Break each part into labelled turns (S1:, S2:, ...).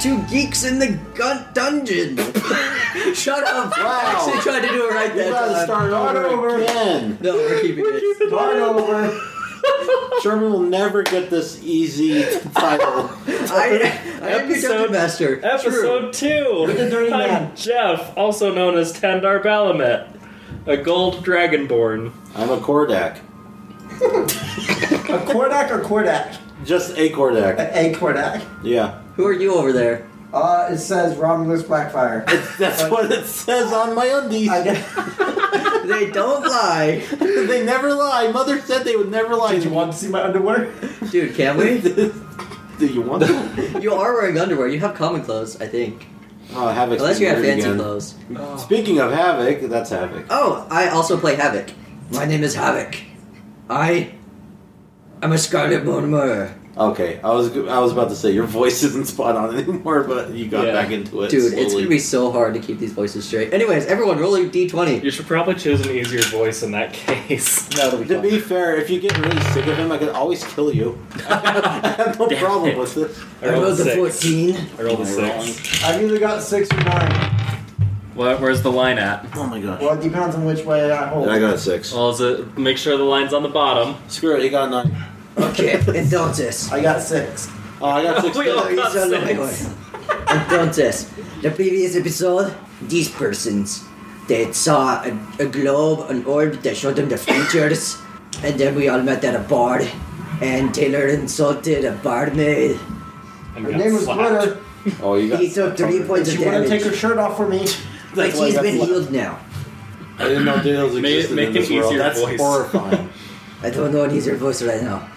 S1: two geeks in the gun- dungeon. Shut up! I actually tried to do it right
S2: You
S1: that
S2: gotta
S1: time.
S2: start over,
S3: over.
S2: again.
S1: No, we're keeping it.
S3: Start over.
S2: Sherman will never get this easy title.
S1: I, I am your
S4: Episode-
S1: dungeon master. True.
S4: Episode two.
S3: With the dirty
S4: I'm
S3: man.
S4: Jeff, also known as Tandar Balamet, a gold dragonborn.
S2: I'm a Kordak.
S3: A Kordak or Kordak?
S2: Just a Kordak.
S3: A Kordak.
S2: Yeah.
S1: Who are you over there?
S3: Uh, it says Romulus Blackfire.
S2: That's what it says on my undies.
S3: I know.
S1: They don't lie,
S2: they never lie. Mother said they would never lie.
S3: Did you want to see my underwear?
S1: dude. Can we?
S2: Do you want to?
S1: You are wearing underwear. You have common clothes, I think.
S2: Oh, Havoc's
S1: Unless you
S2: been
S1: have
S2: weird
S1: fancy
S2: again.
S1: clothes.
S2: Speaking of Havoc, that's Havoc.
S1: Oh, I also play Havoc. My name is Havoc. I am a Scarlet Bonmur.
S2: Okay, I was I was about to say your voice isn't spot on anymore, but you got
S4: Yeah.
S2: back into it.
S1: Dude,
S2: slowly.
S1: it's gonna be so hard to keep these voices straight. Anyways, everyone, roll your d20.
S4: You should probably choose an easier voice in that case.
S1: That'll be
S2: To
S1: fun.
S2: be fair, if you get really sick of him, I could always kill you. I have no
S4: Damn
S2: problem
S4: it.
S2: with this.
S4: I
S1: I
S4: rolled
S1: rolled
S4: a
S1: the
S4: six.
S1: 14.
S4: I rolled a
S2: Am I
S4: six.
S3: I've either got six or nine.
S4: What, where's the line at?
S2: Oh my gosh.
S3: Well, it depends on which way I hold.
S2: I got a six.
S4: Well, is it, make sure the line's on the bottom.
S2: Screw it, he got a nine.
S1: Okay, entonces.
S3: I got six.
S2: Oh, I got six.
S4: We all-
S2: too.
S4: got
S1: Hizo lo
S4: six.
S1: mejor. Entonces, the previous episode, these persons, they saw a, a globe, an orb that showed them the features, and then we all met at a bar, and Taylor insulted a barmaid.
S4: And
S3: Her
S4: got
S3: name was
S4: slapped.
S3: Glitter.
S2: oh, you got
S1: He took three
S3: And
S1: points of
S3: she wanted to take her
S1: damage.
S3: shirt off for me.
S1: But
S2: That's why I
S1: she's
S2: got
S1: been
S2: slapped.
S1: healed now.
S2: I didn't know Dales
S4: Make-
S2: existed
S4: make
S2: in
S4: an
S2: this world.
S4: easier
S2: That's
S4: voice.
S2: horrifying.
S1: I don't know what is her voice right now.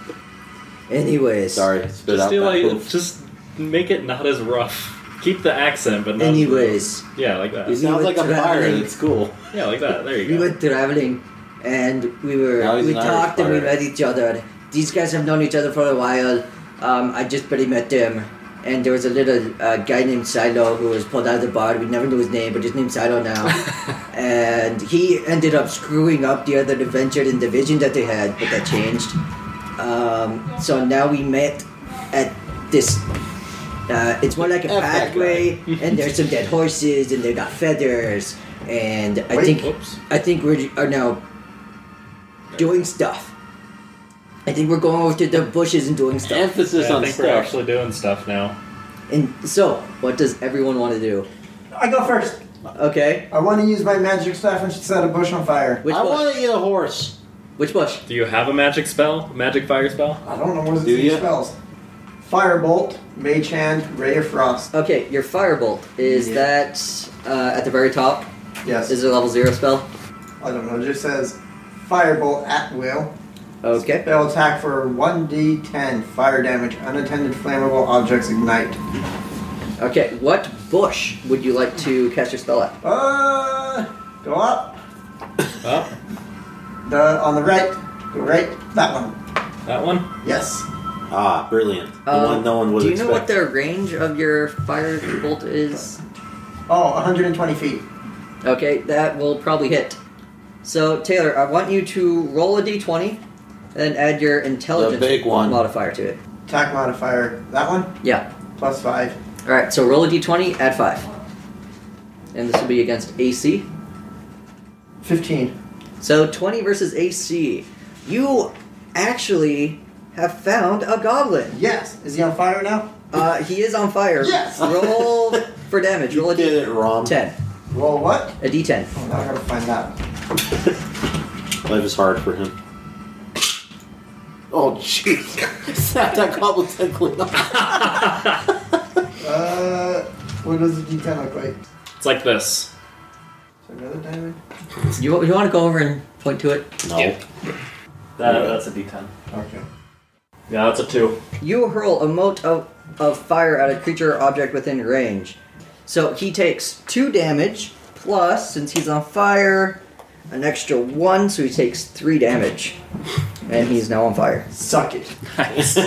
S1: Anyways.
S2: Sorry, spit
S4: Just
S2: out
S4: do
S2: that
S4: like,
S2: poof.
S4: just make it not as rough. Keep the accent, but not
S1: Anyways.
S4: yeah, like
S2: He
S4: that.
S2: sounds like a
S1: went
S2: pirate
S1: traveling.
S2: at school.
S4: Yeah, like that. There
S1: We
S4: you go.
S1: went traveling, and we were
S2: Now he's
S1: we
S2: an Irish
S1: talked and we met
S2: pirate.
S1: each other. These guys have known each other for a while. Um, I just barely met them, and there was a little uh, guy named Silo who was pulled out of the bar. We never knew his name, but his name's Silo now. and he ended up screwing up the other adventure in division that they had, but that changed. Um, so now we met at this. Uh, it's more like a
S2: F that
S1: pathway, and there's some dead horses, and they got feathers, and I
S3: Wait,
S1: think
S4: Oops.
S1: I think we are now doing stuff. I think we're going over to the bushes and doing stuff.
S2: Emphasis
S4: Yeah, I
S2: on
S4: think we're
S2: stuff.
S4: actually doing stuff now.
S1: And so, what does everyone want to do?
S3: I go first.
S1: Okay,
S3: I want to use my magic staff and set a bush on fire.
S1: which
S2: I
S1: bush?
S2: want to eat a horse.
S1: Which bush?
S4: Do you have a magic spell? Magic fire spell?
S3: I don't know what
S2: Do
S3: these
S2: ya?
S3: spells. Firebolt, Mage Hand, Ray of Frost.
S1: Okay, your firebolt is
S3: Yeah.
S1: that uh, at the very top?
S3: Yes.
S1: Is it a level zero spell?
S3: I don't know. It just says Firebolt at will.
S1: Okay.
S3: Spell attack for 1d10 fire damage. Unattended flammable objects ignite.
S1: Okay. What bush would you like to cast your spell at?
S3: Uh, go up.
S4: Up.
S3: The, on the right. Go right. That one.
S4: That one?
S3: Yes.
S2: Ah, brilliant. The
S1: Um,
S2: one no one would
S1: Do you
S2: expect.
S1: know what the range of your firebolt is?
S3: Oh, 120 feet.
S1: Okay, that will probably hit. So Taylor, I want you to roll a d20 and add your intelligence
S2: The big one.
S1: modifier to it.
S3: Attack modifier. That one.
S1: Yeah.
S3: Plus 5.
S1: All right. So roll a d20, add five, and this will be against AC.
S3: 15.
S1: So 20 versus AC. You actually have found a goblin.
S3: Yes. Is he on fire now?
S1: Uh, he is on fire.
S3: Yes!
S1: Roll for damage.
S2: You
S1: Roll a
S2: did it wrong.
S1: d10.
S3: Roll what?
S1: A d10.
S3: Oh, now I gotta find out.
S2: Life is hard for him. Oh, jeez. Snap that goblet head clean off.
S3: Uh, what does the d10 look like? Is
S4: It's like this.
S3: there another diamond?
S1: You, you want to go over and point to it?
S2: No.
S4: Yeah.
S2: That-
S4: that's a D10.
S3: Okay.
S4: Yeah, that's a two.
S1: You hurl a mote of, of fire at a creature or object within range. So he takes two damage, plus, since he's on fire, an extra one, so he takes three damage. And he's now on fire.
S3: Suck it.
S4: Nice.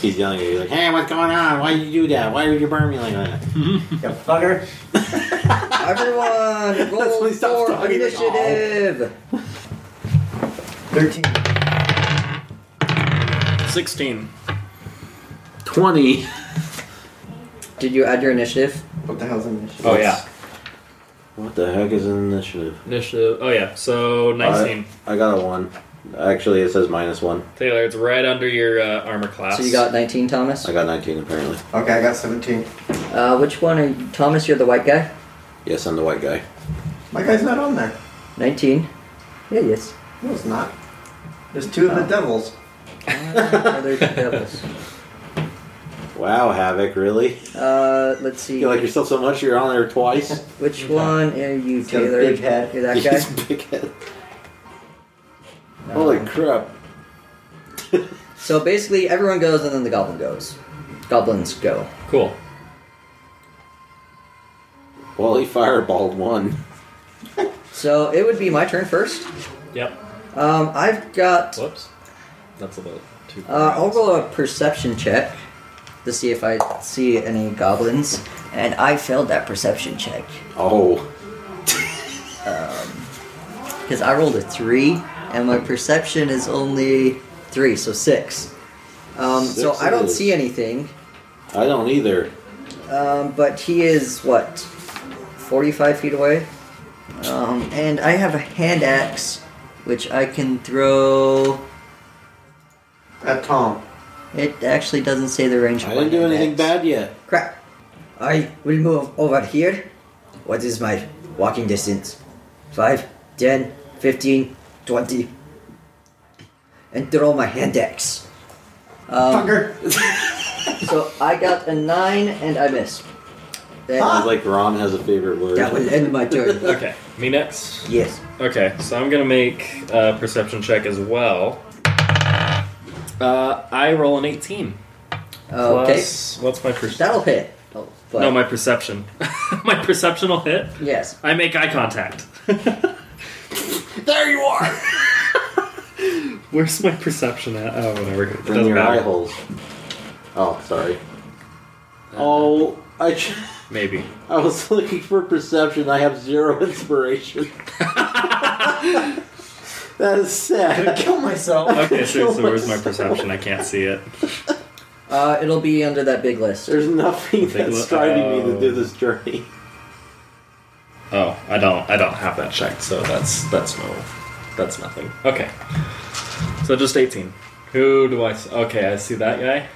S2: He's yelling at you like, hey, what's going on? Why did you do that? Why would you burn me like that?
S3: You fucker.
S1: Everyone,
S2: That's
S1: roll
S2: when he stops
S1: for
S2: talking.
S1: initiative!
S3: 13.
S4: 16.
S2: 20.
S1: did you add your initiative?
S3: What the hell's an initiative?
S4: Oh, yeah.
S2: What the heck is an initiative?
S4: Initiative. Oh yeah. So nineteen.
S2: I got a one. Actually, it says minus one.
S4: Taylor, it's right under your uh, armor class.
S1: So you got 19, Thomas.
S2: I got 19, apparently.
S3: Okay, I got 17.
S1: Uh, which one are you, Thomas? You're the white guy.
S2: Yes, I'm the white guy.
S3: My guy's not on there.
S1: 19. Yeah, yes.
S3: No, it's not. There's two of the
S1: Oh.
S3: devils.
S1: Uh, other devils.
S2: Wow, Havoc, really?
S1: Uh, let's see.
S2: You like yourself so much you're on there twice?
S1: Which one are you,
S3: He's got a
S1: Taylor?
S3: big head.
S1: You're that guy.
S2: He's big head. Holy
S1: Uh-huh.
S2: crap.
S1: Um, So basically, everyone goes, and then the goblin goes. Goblins go.
S4: cool.
S2: Well, he fireballed one.
S1: So it would be my turn first.
S4: Yep.
S1: Um, I've got.
S4: Whoops. That's about two.
S1: Uh, I'll roll a perception check to see if I see any goblins, and I failed that perception check
S2: Oh.
S1: because I rolled a three, and my perception is only three, so six. Um, so
S2: Six
S1: I
S2: it
S1: don't
S2: is.
S1: see anything.
S2: I don't either.
S1: Um, but he is what, 45 feet away. Um, and I have a hand axe, which I can throw.
S3: At Tom.
S1: It actually doesn't say the range. of
S2: I
S1: my
S2: didn't do
S1: hand
S2: anything
S1: axe.
S2: bad yet.
S1: Crap. I will move over here. What is my walking distance? 5, 10, 15, 20. And throw my hand axe.
S3: Oh.
S1: Um,
S3: Fucker.
S1: so I got a 9 and I missed. That,
S2: Sounds like Ron has a favorite word.
S1: that will end my turn.
S4: Okay. Me next.
S1: Yes.
S4: Okay. So I'm gonna make a perception check as well. Uh, I roll an eighteen.
S1: Okay.
S4: Plus, what's my perception?
S1: That'll hit. Oh, but,
S4: No, my perception. my perception will hit.
S1: yes.
S4: I make eye contact.
S2: there you are!
S4: Where's my perception at? Oh, whatever. It
S2: In
S4: doesn't
S2: your eye
S4: matter.
S2: holes. Oh, sorry. Oh, I, ch-
S4: Uh, Maybe.
S2: I was looking for perception. I have zero inspiration. that is
S3: I
S2: sad.
S3: kill myself.
S4: Okay,
S2: Kill
S4: seriously, where's my
S2: myself.
S4: perception? I can't see it.
S1: Uh, it'll be under that big list.
S2: There's nothing
S4: Take a
S2: that's
S4: look.
S2: driving me to do
S4: Oh.
S2: this journey.
S4: Oh, I don't. I don't have that checked, so that's that's no, that's nothing. Okay. So just eighteen. Who do I? s- Okay, I see that guy.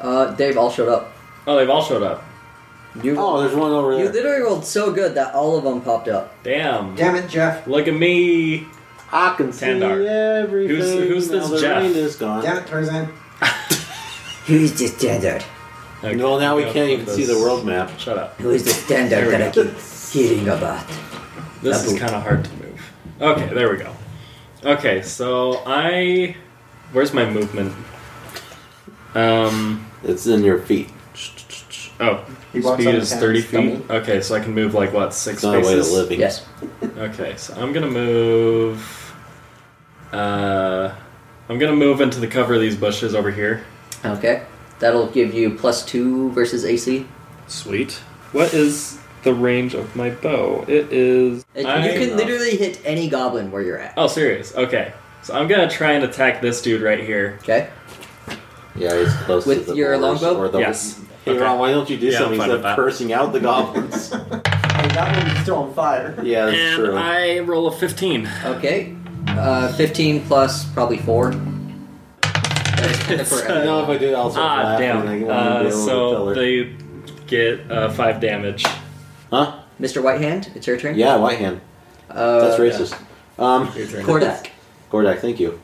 S1: Uh, Dave all showed up.
S4: Oh, they've all showed up.
S1: You,
S2: Oh, there's one over
S1: you
S2: there.
S1: literally rolled so good that all of them popped up.
S4: Damn.
S3: Damn it, Jeff.
S4: Look at me.
S2: I can see
S4: Tandar.
S2: everything.
S4: Who's- who's
S2: now
S4: this
S2: the
S4: Jeff?
S2: rain is gone.
S3: Damn it, Tarzan.
S1: Who is this standard?
S4: Okay,
S2: Well, now we
S4: go
S2: can't
S4: for
S2: even see
S4: this.
S2: the world map.
S4: Shut up.
S1: Who is the
S4: There
S1: standard
S4: we
S1: that I keep hearing about?
S4: This is
S1: Double.
S4: kind of hard to move. Okay, there we go. Okay, so I. Where's my movement? Um.
S2: It's in your feet.
S4: Oh,
S3: He walks
S4: speed
S3: on
S4: is
S3: the
S4: thirty
S3: path, dummy.
S4: feet. Okay, so I can move like what six
S2: It's not a way of
S4: spaces?
S2: living.
S1: Yes.
S4: Okay, so I'm gonna move. Uh, I'm gonna move into the cover of these bushes over here.
S1: Okay. That'll give you plus two versus AC.
S4: Sweet. What is the range of my bow? It is.
S1: It-
S4: I-
S1: you can literally hit any goblin where you're at.
S4: Oh, serious? Okay. So I'm gonna try and attack this dude right here.
S1: Okay.
S2: Yeah, he's close
S1: With
S2: to the
S1: your
S2: boars
S1: longbow?
S2: Or the
S4: Yes.
S2: Hey
S4: Okay.
S2: Ron, why don't you do
S4: Yeah, I'm
S2: something instead
S4: fine with
S2: of
S4: that.
S2: cursing out the goblins?
S3: And that one's still on fire.
S2: yeah, that's
S4: and
S2: true.
S4: I roll a 15.
S1: Okay. Uh, 15 plus probably four.
S4: It's,
S2: I
S4: uh,
S2: know if I do, I'll start
S4: ah,
S2: laughing.
S4: damn.
S2: and I want to be
S4: Uh,
S2: able to tell
S4: so
S2: her.
S4: they get uh, five damage.
S2: Huh?
S1: Mr. Whitehand, it's your turn.
S2: Yeah, white hand.
S1: Uh,
S2: That's racist. Um,
S4: Your turn.
S1: Kordak,
S2: Gordak, thank you.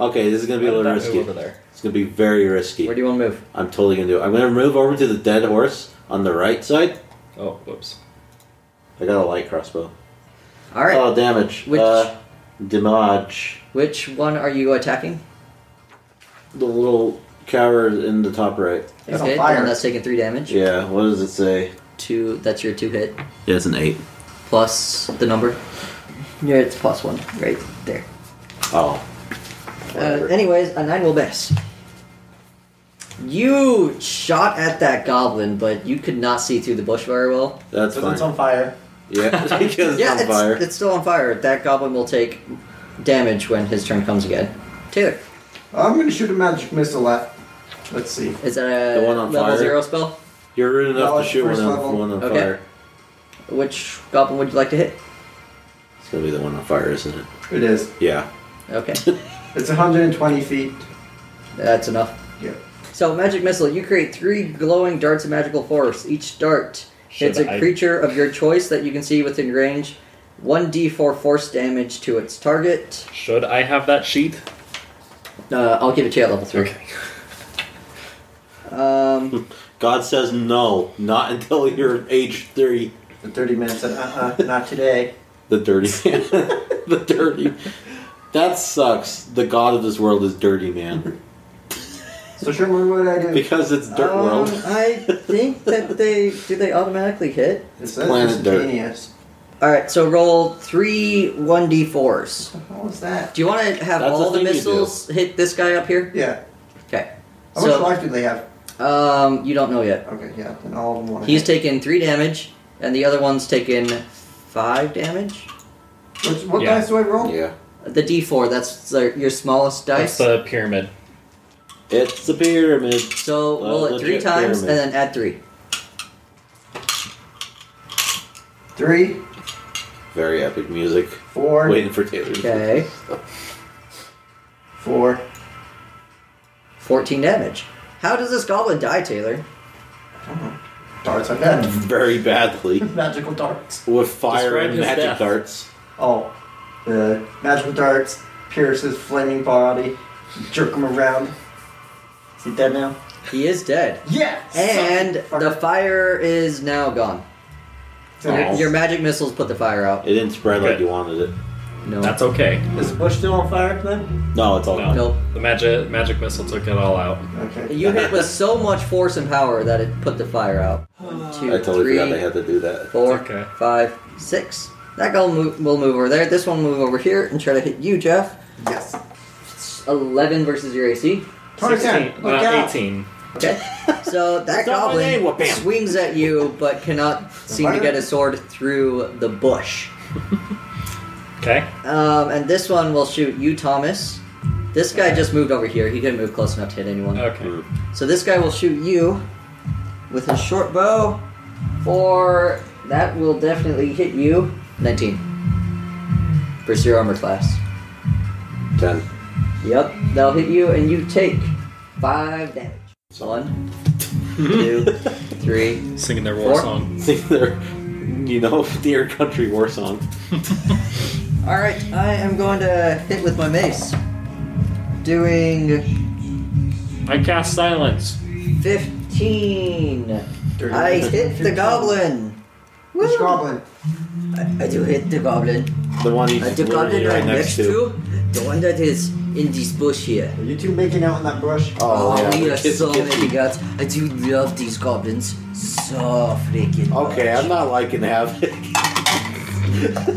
S2: Okay, this is gonna be a little
S4: That move
S2: risky.
S4: Over there.
S2: It's gonna be very risky.
S1: where do you want to move?
S2: I'm totally gonna do it. I'm gonna move over to the dead horse on the right side.
S4: Oh, whoops.
S2: I got a light crossbow.
S1: All right.
S2: Oh, damage.
S1: Which-
S2: Uh, damage.
S1: Which one are you attacking?
S2: The little coward in the top right.
S1: okay,
S3: It's on
S1: the
S3: fire.
S1: one that's taking three damage.
S2: Yeah, what does it say?
S1: Two. That's your two hit
S2: Yeah, it's an 8.
S1: plus the number. Yeah, it's plus one right there.
S2: Oh.
S1: Uh,
S2: Whatever.
S1: anyways, a nine will miss. You shot at that goblin, but you could not see through the bush very well.
S2: That's
S3: So
S2: fine.
S3: it's on fire.
S2: Yeah, because
S1: yeah,
S2: it's on fire.
S1: It's, it's still on fire. That goblin will take damage when his turn comes again. Taylor,
S3: I'm gonna shoot a magic missile at. Let's see.
S1: is that a
S2: The one on
S1: level
S2: fire?
S1: zero spell?
S2: You're rude enough
S3: Well,
S2: to shoot one
S3: first
S2: on,
S3: level.
S2: one on
S1: Okay.
S2: fire.
S1: Which goblin would you like to hit?
S2: It's gonna be the one on fire, isn't it?
S3: It is.
S2: Yeah.
S1: Okay,
S3: It's 120 feet.
S1: that's enough.
S3: Yeah.
S1: So, magic missile. You create three glowing darts of magical force. Each dart hits
S4: Should
S1: a
S4: I-
S1: creature of your choice that you can see within range. 1d4 force damage to its target.
S4: Should I have that sheet?
S1: Uh, I'll give it to you at level 3. Um,
S2: God says no, not until you're age three.
S3: The 30 minutes said, uh uh, not today.
S2: The dirty man. the dirty. That sucks. The god of this world is dirty man.
S3: So, Sherman, what would I do?
S2: Because it's dirt
S1: um,
S2: world.
S1: I think that they do they automatically hit.
S3: It says
S2: Planet Dirt.
S3: instantaneous.
S1: All right, so roll three 1d4s.
S3: What the hell is that?
S1: Do you want to have
S2: That's
S1: all
S2: the
S1: the
S2: thing you do.
S1: missiles hit this guy up here?
S3: Yeah.
S1: Okay.
S3: How much
S1: So,
S3: life do they have?
S1: um, you don't know yet.
S3: Okay, yeah. Then all of them want
S1: He's taken three damage, and the other one's taken five damage.
S3: Which, what
S4: Yeah.
S3: dice do I roll?
S2: Yeah.
S1: The D4, that's the, your smallest dice.
S4: That's the pyramid.
S2: It's the pyramid.
S1: so
S2: the
S1: roll it three
S2: legit
S1: times
S2: pyramid.
S1: and then add three.
S3: Three,
S2: Very epic music.
S3: four,
S2: Waiting for Taylor.
S1: Okay.
S3: four.
S1: 14 damage. How does this goblin die, Taylor?
S3: Darts I've had.
S2: Very badly.
S3: Magical darts.
S2: With fire
S4: Describe
S2: and
S4: his
S2: magic
S4: death.
S2: darts.
S3: Oh, the magical darts pierce his flaming body, jerk him around. Is he dead now?
S1: He is dead.
S3: Yeah.
S1: And
S3: suck,
S1: the
S3: fucker.
S1: fire is now gone. Your,
S3: Is-
S1: your magic missiles put the fire out.
S2: It didn't spread like
S4: Okay.
S2: you wanted it.
S1: No.
S4: That's okay.
S3: Is the bush still on fire then?
S2: No, it's all
S4: No.
S2: gone.
S1: Nope.
S4: The magic magic missile took it all out.
S3: Okay.
S1: You hit with so much force and power that it put the fire out. One, two,
S2: I totally
S1: three,
S2: forgot they had to do that.
S1: four,
S4: It's okay.
S1: five, six. That guy will move, will move over there. This one will move over here and try to hit you, Jeff.
S3: Yes.
S1: It's 11 versus your AC.
S3: 2010.
S4: 16
S3: Look
S4: uh,
S3: out.
S4: 18.
S1: Okay. So that
S2: It's not my
S1: goblin
S2: name, well, bam.
S1: swings at you but cannot seem to
S3: fire?
S1: get his sword through the bush.
S4: Okay.
S1: Um, and this one will shoot you, Thomas. This guy just moved over here. He couldn't move close enough to hit anyone.
S4: Okay.
S1: So this guy will shoot you with his short bow, or that will definitely hit you. 19. Versus your armor class.
S2: Ten.
S1: Yep, that'll hit you, and you take 5 damage. One, two, three.
S4: Singing their war
S1: Four.
S4: song.
S2: Sing their, you know, dear country war song.
S1: Alright, I am going to hit with my mace. Doing
S4: I cast silence.
S1: 15.
S3: Dirty.
S1: I hit the goblin.
S3: Which
S1: Woo!
S3: goblin?
S1: I, I do hit the goblin.
S2: The one he's
S1: Uh, the
S2: literally
S1: goblin right next to, the one that is in this bush here.
S3: Are you two making out in that bush?
S1: Oh,
S2: yeah.
S1: we are
S2: Kiss-
S1: so
S2: kiss
S1: many
S2: me.
S1: gods. I do love these goblins so freaking much.
S2: Okay, I'm not liking Havoc.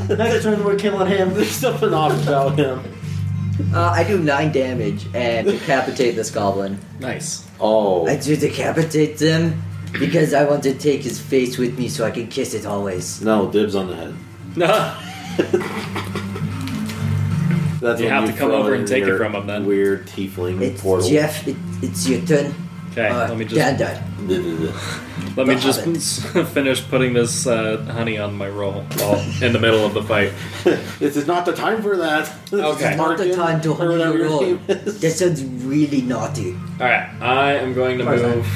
S3: Next turn we're killing him.
S2: There's something off about him.
S1: Uh, I do nine damage and decapitate this goblin.
S4: Nice.
S2: Oh.
S1: I do decapitate them because I want to take his face with me so I can kiss it always.
S2: No, dibs on the head.
S4: No.
S3: Uh,
S2: That's
S4: You
S2: when
S4: have to come
S2: throw
S4: over
S2: in
S4: and take it
S2: your
S4: from him then.
S2: Weird tiefling
S1: It's
S2: portal.
S1: Jeff. It, it's your turn.
S4: Okay.
S1: Uh,
S4: let me just
S1: Dandar.
S4: let me
S1: the
S4: just finish putting this uh, honey on my roll while in the middle of the fight.
S2: this is not the time for that. This is
S4: Okay.
S1: Not the
S2: Markin,
S1: time to
S2: or
S1: honey
S2: whatever
S1: your
S2: your
S1: roll.
S2: name is.
S1: That sounds really naughty.
S4: All right. I am going to
S3: Where's that?
S4: move.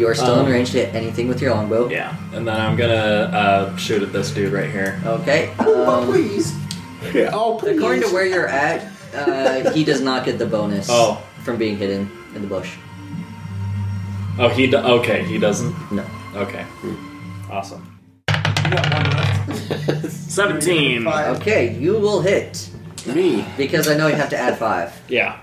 S1: You are still
S4: Um,
S1: in range to hit anything with your longbow.
S4: Yeah, and then I'm gonna uh, shoot at this dude right here.
S1: Okay.
S3: Oh,
S1: Um,
S3: please.
S2: Yeah, Oh, please.
S1: according to where you're at, uh, he does not get the bonus
S4: Oh.
S1: from being hidden in the bush.
S4: Oh, he do- okay. He doesn't.
S1: No.
S4: Okay, awesome.
S3: You got one left.
S4: Seventeen.
S3: Five.
S1: Okay, you will hit
S2: me.
S1: because I know you have to add five,
S4: Yeah.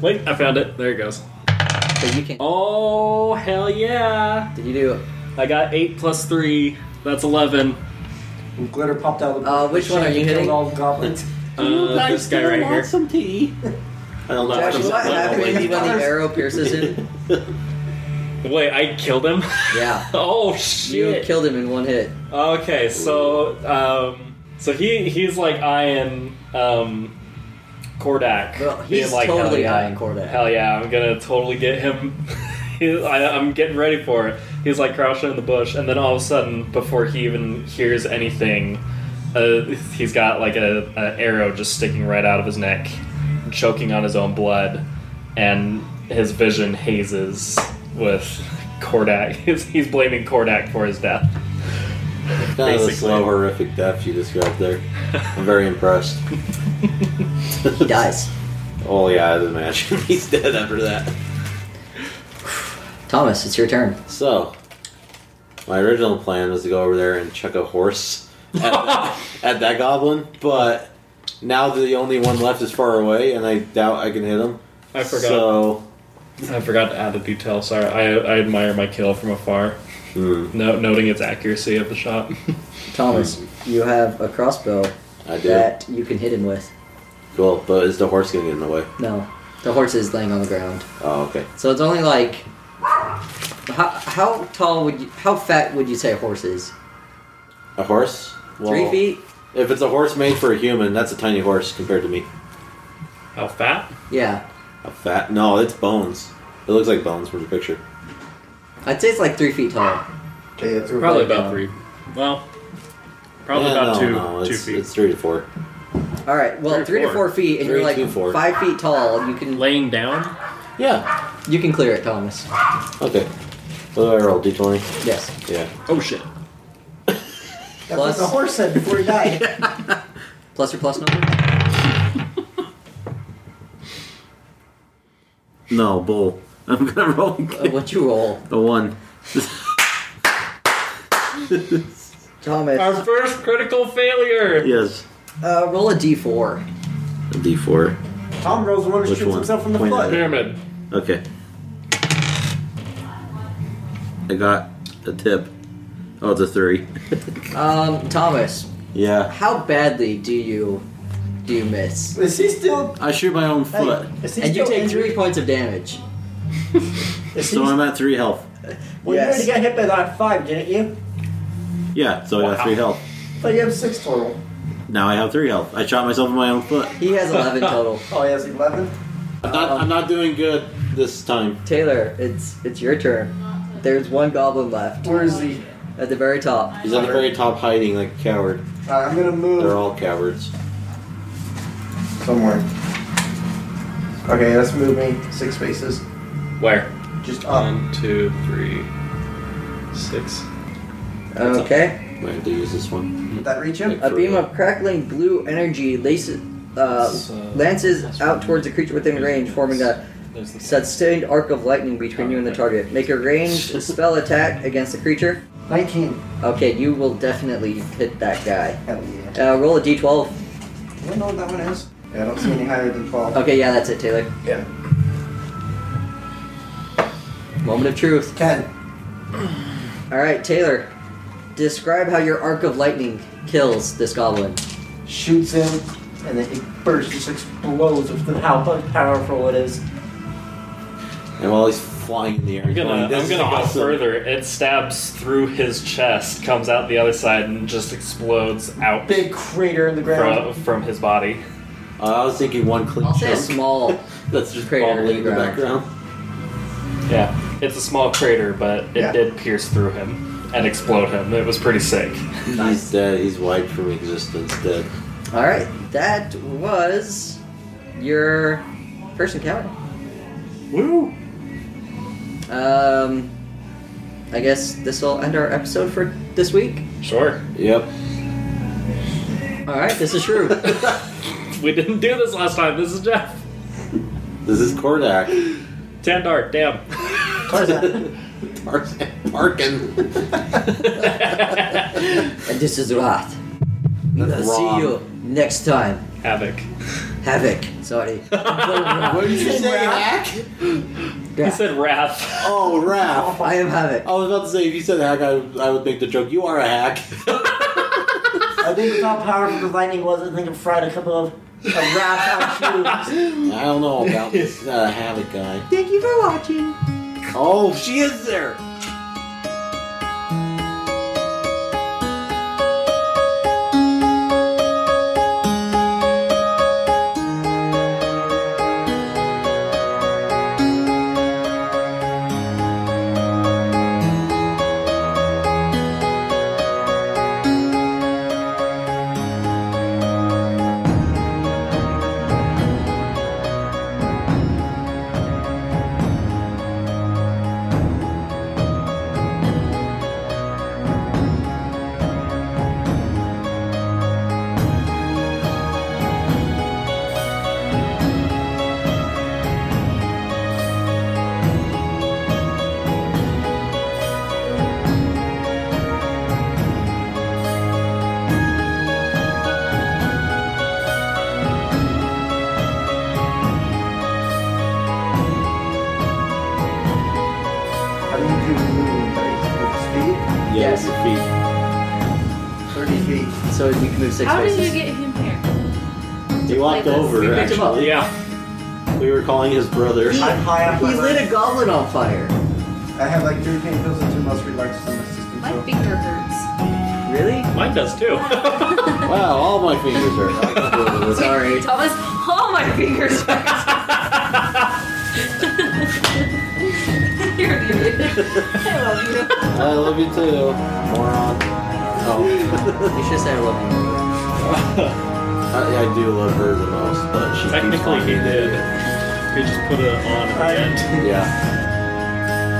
S4: Wait, I found it. There it goes.
S1: but you can.
S4: Oh hell yeah!
S1: Did you do?
S4: I got eight plus three. That's eleven.
S3: And Glitter popped out of the
S1: Uh, which one are you
S3: Killed
S1: hitting?
S3: all the goblins.
S4: Uh, this guy right here.
S2: some tea? I don't know. "Oh,
S1: Josh,
S2: I'm
S1: what
S2: not
S1: happens
S2: waiting.
S1: when the
S3: dollars.
S1: arrow pierces him?
S4: Wait, I killed him.
S1: Yeah,
S4: oh
S1: you
S4: shit!
S1: killed him in one hit.
S4: Okay, so um, so he he's like eyeing um, Kordak.
S1: Well,
S4: being
S1: he's
S4: like, hell
S1: totally
S4: yeah.
S1: eyeing Kordak.
S4: Hell yeah! I'm gonna totally get him. I, I'm getting ready for it. He's like crouching in the bush, and then all of a sudden, before he even hears anything, uh, he's got like a, a arrow just sticking right out of his neck, choking on his own blood, and his vision hazes with Kordak. He's, he's blaming Kordak for his death.
S2: That was a
S4: Basically.
S2: slow, horrific death you described there. I'm very impressed.
S1: He dies.
S2: Oh yeah, I'd imagine he's dead after that.
S1: Thomas, it's your turn.
S2: So, my original plan was to go over there and check a horse at, at that goblin, but now the only one left is far away, and I doubt I can hit him.
S4: I forgot.
S2: So,
S4: I forgot to add a detail. Sorry. I, I admire my kill from afar,
S2: hmm,
S4: no, noting its accuracy of the shot.
S1: Thomas, you have a crossbow
S2: Mm. I do.
S1: that you can hit him with.
S2: Cool, but is the horse gonna get in the way?
S1: No, the horse is laying on the ground.
S2: Oh, okay.
S1: So it's only like how, how tall would you how fat would you say a horse is?
S2: A horse?
S1: Three
S2: Well,
S1: feet?
S2: If it's a horse made for a human, that's a tiny horse compared to me.
S4: How fat?
S1: Yeah,
S2: A fat? No, it's bones. It looks like bones from the picture.
S1: I'd say it's like three feet tall.
S3: Okay, it's over
S4: Probably
S3: there.
S4: about three. Well, probably
S2: Yeah, no,
S4: about two
S2: no,
S4: two
S2: it's,
S4: feet.
S2: It's three to four.
S1: All right, well,
S4: Three
S1: three,
S4: or
S1: to four feet, and
S2: Three
S1: you're like
S2: to four.
S1: five feet tall. You can
S4: Laying down.
S2: Yeah.
S1: you can clear it, Thomas.
S2: Okay. What do I roll? D twenty.
S1: Yes.
S2: Yeah.
S4: Oh shit.
S3: That's what
S1: Plus-
S3: the horse said before he died.
S1: Plus or plus number?
S2: No bull. I'm gonna roll
S1: Uh, what you roll,
S2: the one.
S1: Thomas?
S4: Our first critical failure.
S2: Yes.
S1: Uh, roll a d4.
S2: A D four.
S3: Tom rolls one and
S2: Which
S3: shoots
S2: one?
S3: himself in the
S2: Point
S3: foot.
S2: at it.
S4: Pyramid.
S2: Okay. I got a tip. Oh, it's a three.
S1: Um, Thomas,
S2: yeah.
S1: how badly do you do you miss?
S3: Is he still?
S2: I shoot my own
S3: Hey,
S2: foot,
S3: is he
S1: And you
S3: still
S1: take
S3: injured?
S1: three points of damage.
S3: Is he,
S2: so I'm at three health.
S3: well,
S1: Yes.
S3: you already got hit by that five, didn't you?
S2: Yeah. So I
S4: Wow.
S2: got three health.
S3: But you have six total.
S2: Now I have three health. I shot myself in my own foot.
S1: He has 11 total.
S3: Oh, he has eleven.
S2: I'm not, I'm not doing good this time.
S1: Taylor, it's it's your turn. There's one goblin left
S3: Where is he?
S1: at the very top.
S2: He's at the very top hiding like a coward.
S3: Uh, I'm gonna
S2: They're
S3: move
S2: all cowards.
S3: somewhere. Okay, that's moving six spaces.
S4: Where?
S3: Just
S2: Uh,
S3: up.
S4: One, two, three, six.
S1: Okay.
S2: I have to use this one.
S3: Did that reach him?
S1: A beam of crackling blue energy laces, uh, lances out towards the creature within range, forming a
S4: There's the
S1: sustained arc of lightning between you and the target. Make a ranged spell attack against the creature.
S3: Nineteen.
S1: Okay, you will definitely hit that guy.
S3: Hell yeah.
S1: Uh, roll a d12.
S3: Do I know what that one is? Yeah, I don't see any higher than twelve.
S1: Okay, yeah, that's it, Taylor.
S3: Yeah.
S1: Moment of truth.
S3: Ten.
S1: All right, Taylor, describe how your arc of lightning kills this goblin.
S3: Shoots him, and then he bursts, just explodes with how powerful it is.
S2: And while he's flying in the air,
S4: I'm
S2: he's
S4: gonna,
S2: going, this
S4: I'm gonna
S2: is
S4: hop
S2: awesome.
S4: further. It stabs through his chest, comes out the other side, and just explodes out
S3: Big crater in the ground.
S4: from, from his body.
S2: Uh, I was thinking one clean
S1: I'll say a
S2: chunk.
S1: small.
S2: That's just
S1: crater in
S2: bobbling in
S1: the
S2: the
S1: ground.
S2: background.
S4: Yeah, it's a small crater, but it
S3: Yeah.
S4: did pierce through him and explode him. It was pretty sick.
S2: He's dead. He's wiped from existence. Dead.
S1: All right, that was your first encounter.
S4: Woo!
S1: Um, I guess this will end our episode for this week.
S4: Sure.
S2: Yep.
S1: All right, this is Shrew.
S4: We didn't do this last time. This is Jeff.
S2: This is Kordak.
S4: Tandar, damn.
S2: Tarzan. Parkin.
S1: and this is Wrath. We will
S2: That's
S1: see
S2: wrong.
S1: you next time.
S4: Havoc.
S1: Havoc. Sorry.
S2: What did you say, Hack?
S3: Rack?
S4: He
S1: Yeah.
S4: said wrath.
S2: Oh, Raph.
S1: I am Havoc.
S2: I was about to say, if you said hack, I, would- I would make the joke. You are a hack.
S3: I think it's how powerful the lightning was. I think it fried a couple of a wrath out cubes.
S2: I don't know about this uh, havoc guy.
S1: Thank you for watching.
S2: Oh, she is there.
S3: 30 feet.
S1: So you can move six
S5: How did
S1: spaces.
S5: you get him here?
S2: He walked
S5: Like this.
S1: We
S2: over,
S1: picked him up.
S2: actually.
S4: Yeah.
S2: We were calling his brother.
S1: He-
S3: I'm high up my
S1: he lit
S3: leg.
S1: a goblin on fire.
S3: I have like three pain pills and two muscle relaxers in my system.
S5: My
S3: so-
S5: finger hurts.
S1: Really?
S4: Mine does too.
S2: Wow, all my fingers are.
S1: Sorry.
S5: Thomas, all my fingers hurt. You're an idiot. I love you.
S2: I love you too, moron. Oh,
S1: You should say I love you.
S2: I, I do love her the most, but she keeps
S4: Technically, he
S2: finding me.
S4: did. He just put it on at the end.
S2: Yeah.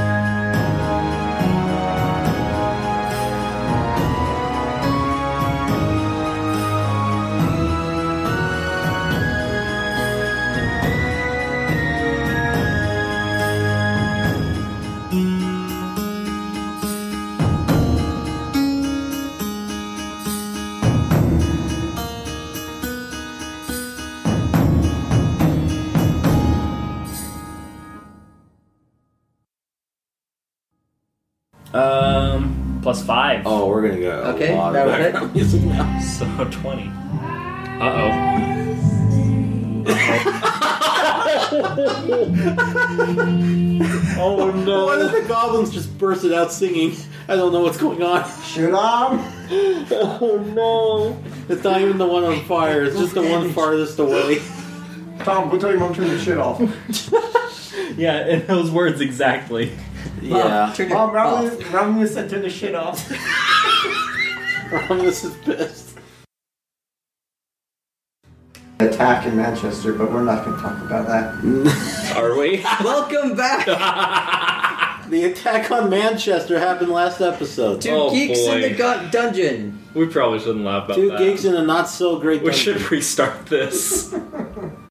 S4: Um, plus five.
S2: Oh, we're gonna go.
S1: Okay,
S2: a lot
S1: that
S2: of
S1: was it?
S2: background music now.
S4: So twenty. Uh oh. oh
S2: Why did the goblins just bursted out singing? I don't know what's going on.
S3: Shoot 'em!
S2: oh no! It's not even the one on fire. It's just the one farthest away.
S3: Tom, go tell your mom to turn the shit off.
S4: Yeah, in those words exactly.
S1: Mom,
S2: Yeah.
S1: turn your
S3: Mom,
S1: off.
S3: Robin, Robin said turn the shit off.
S2: This is pissed.
S3: Attack in Manchester, but we're not going to talk about that.
S4: Are we?
S1: Welcome back
S4: Oh,
S1: to
S2: The attack on Manchester happened last episode.
S4: Oh,
S1: Geeks in
S4: boy.
S1: the Gut Dungeon.
S4: we probably shouldn't laugh about
S2: Two
S4: that.
S2: gigs in a not so great.
S4: we
S2: dungeon.
S4: should restart this.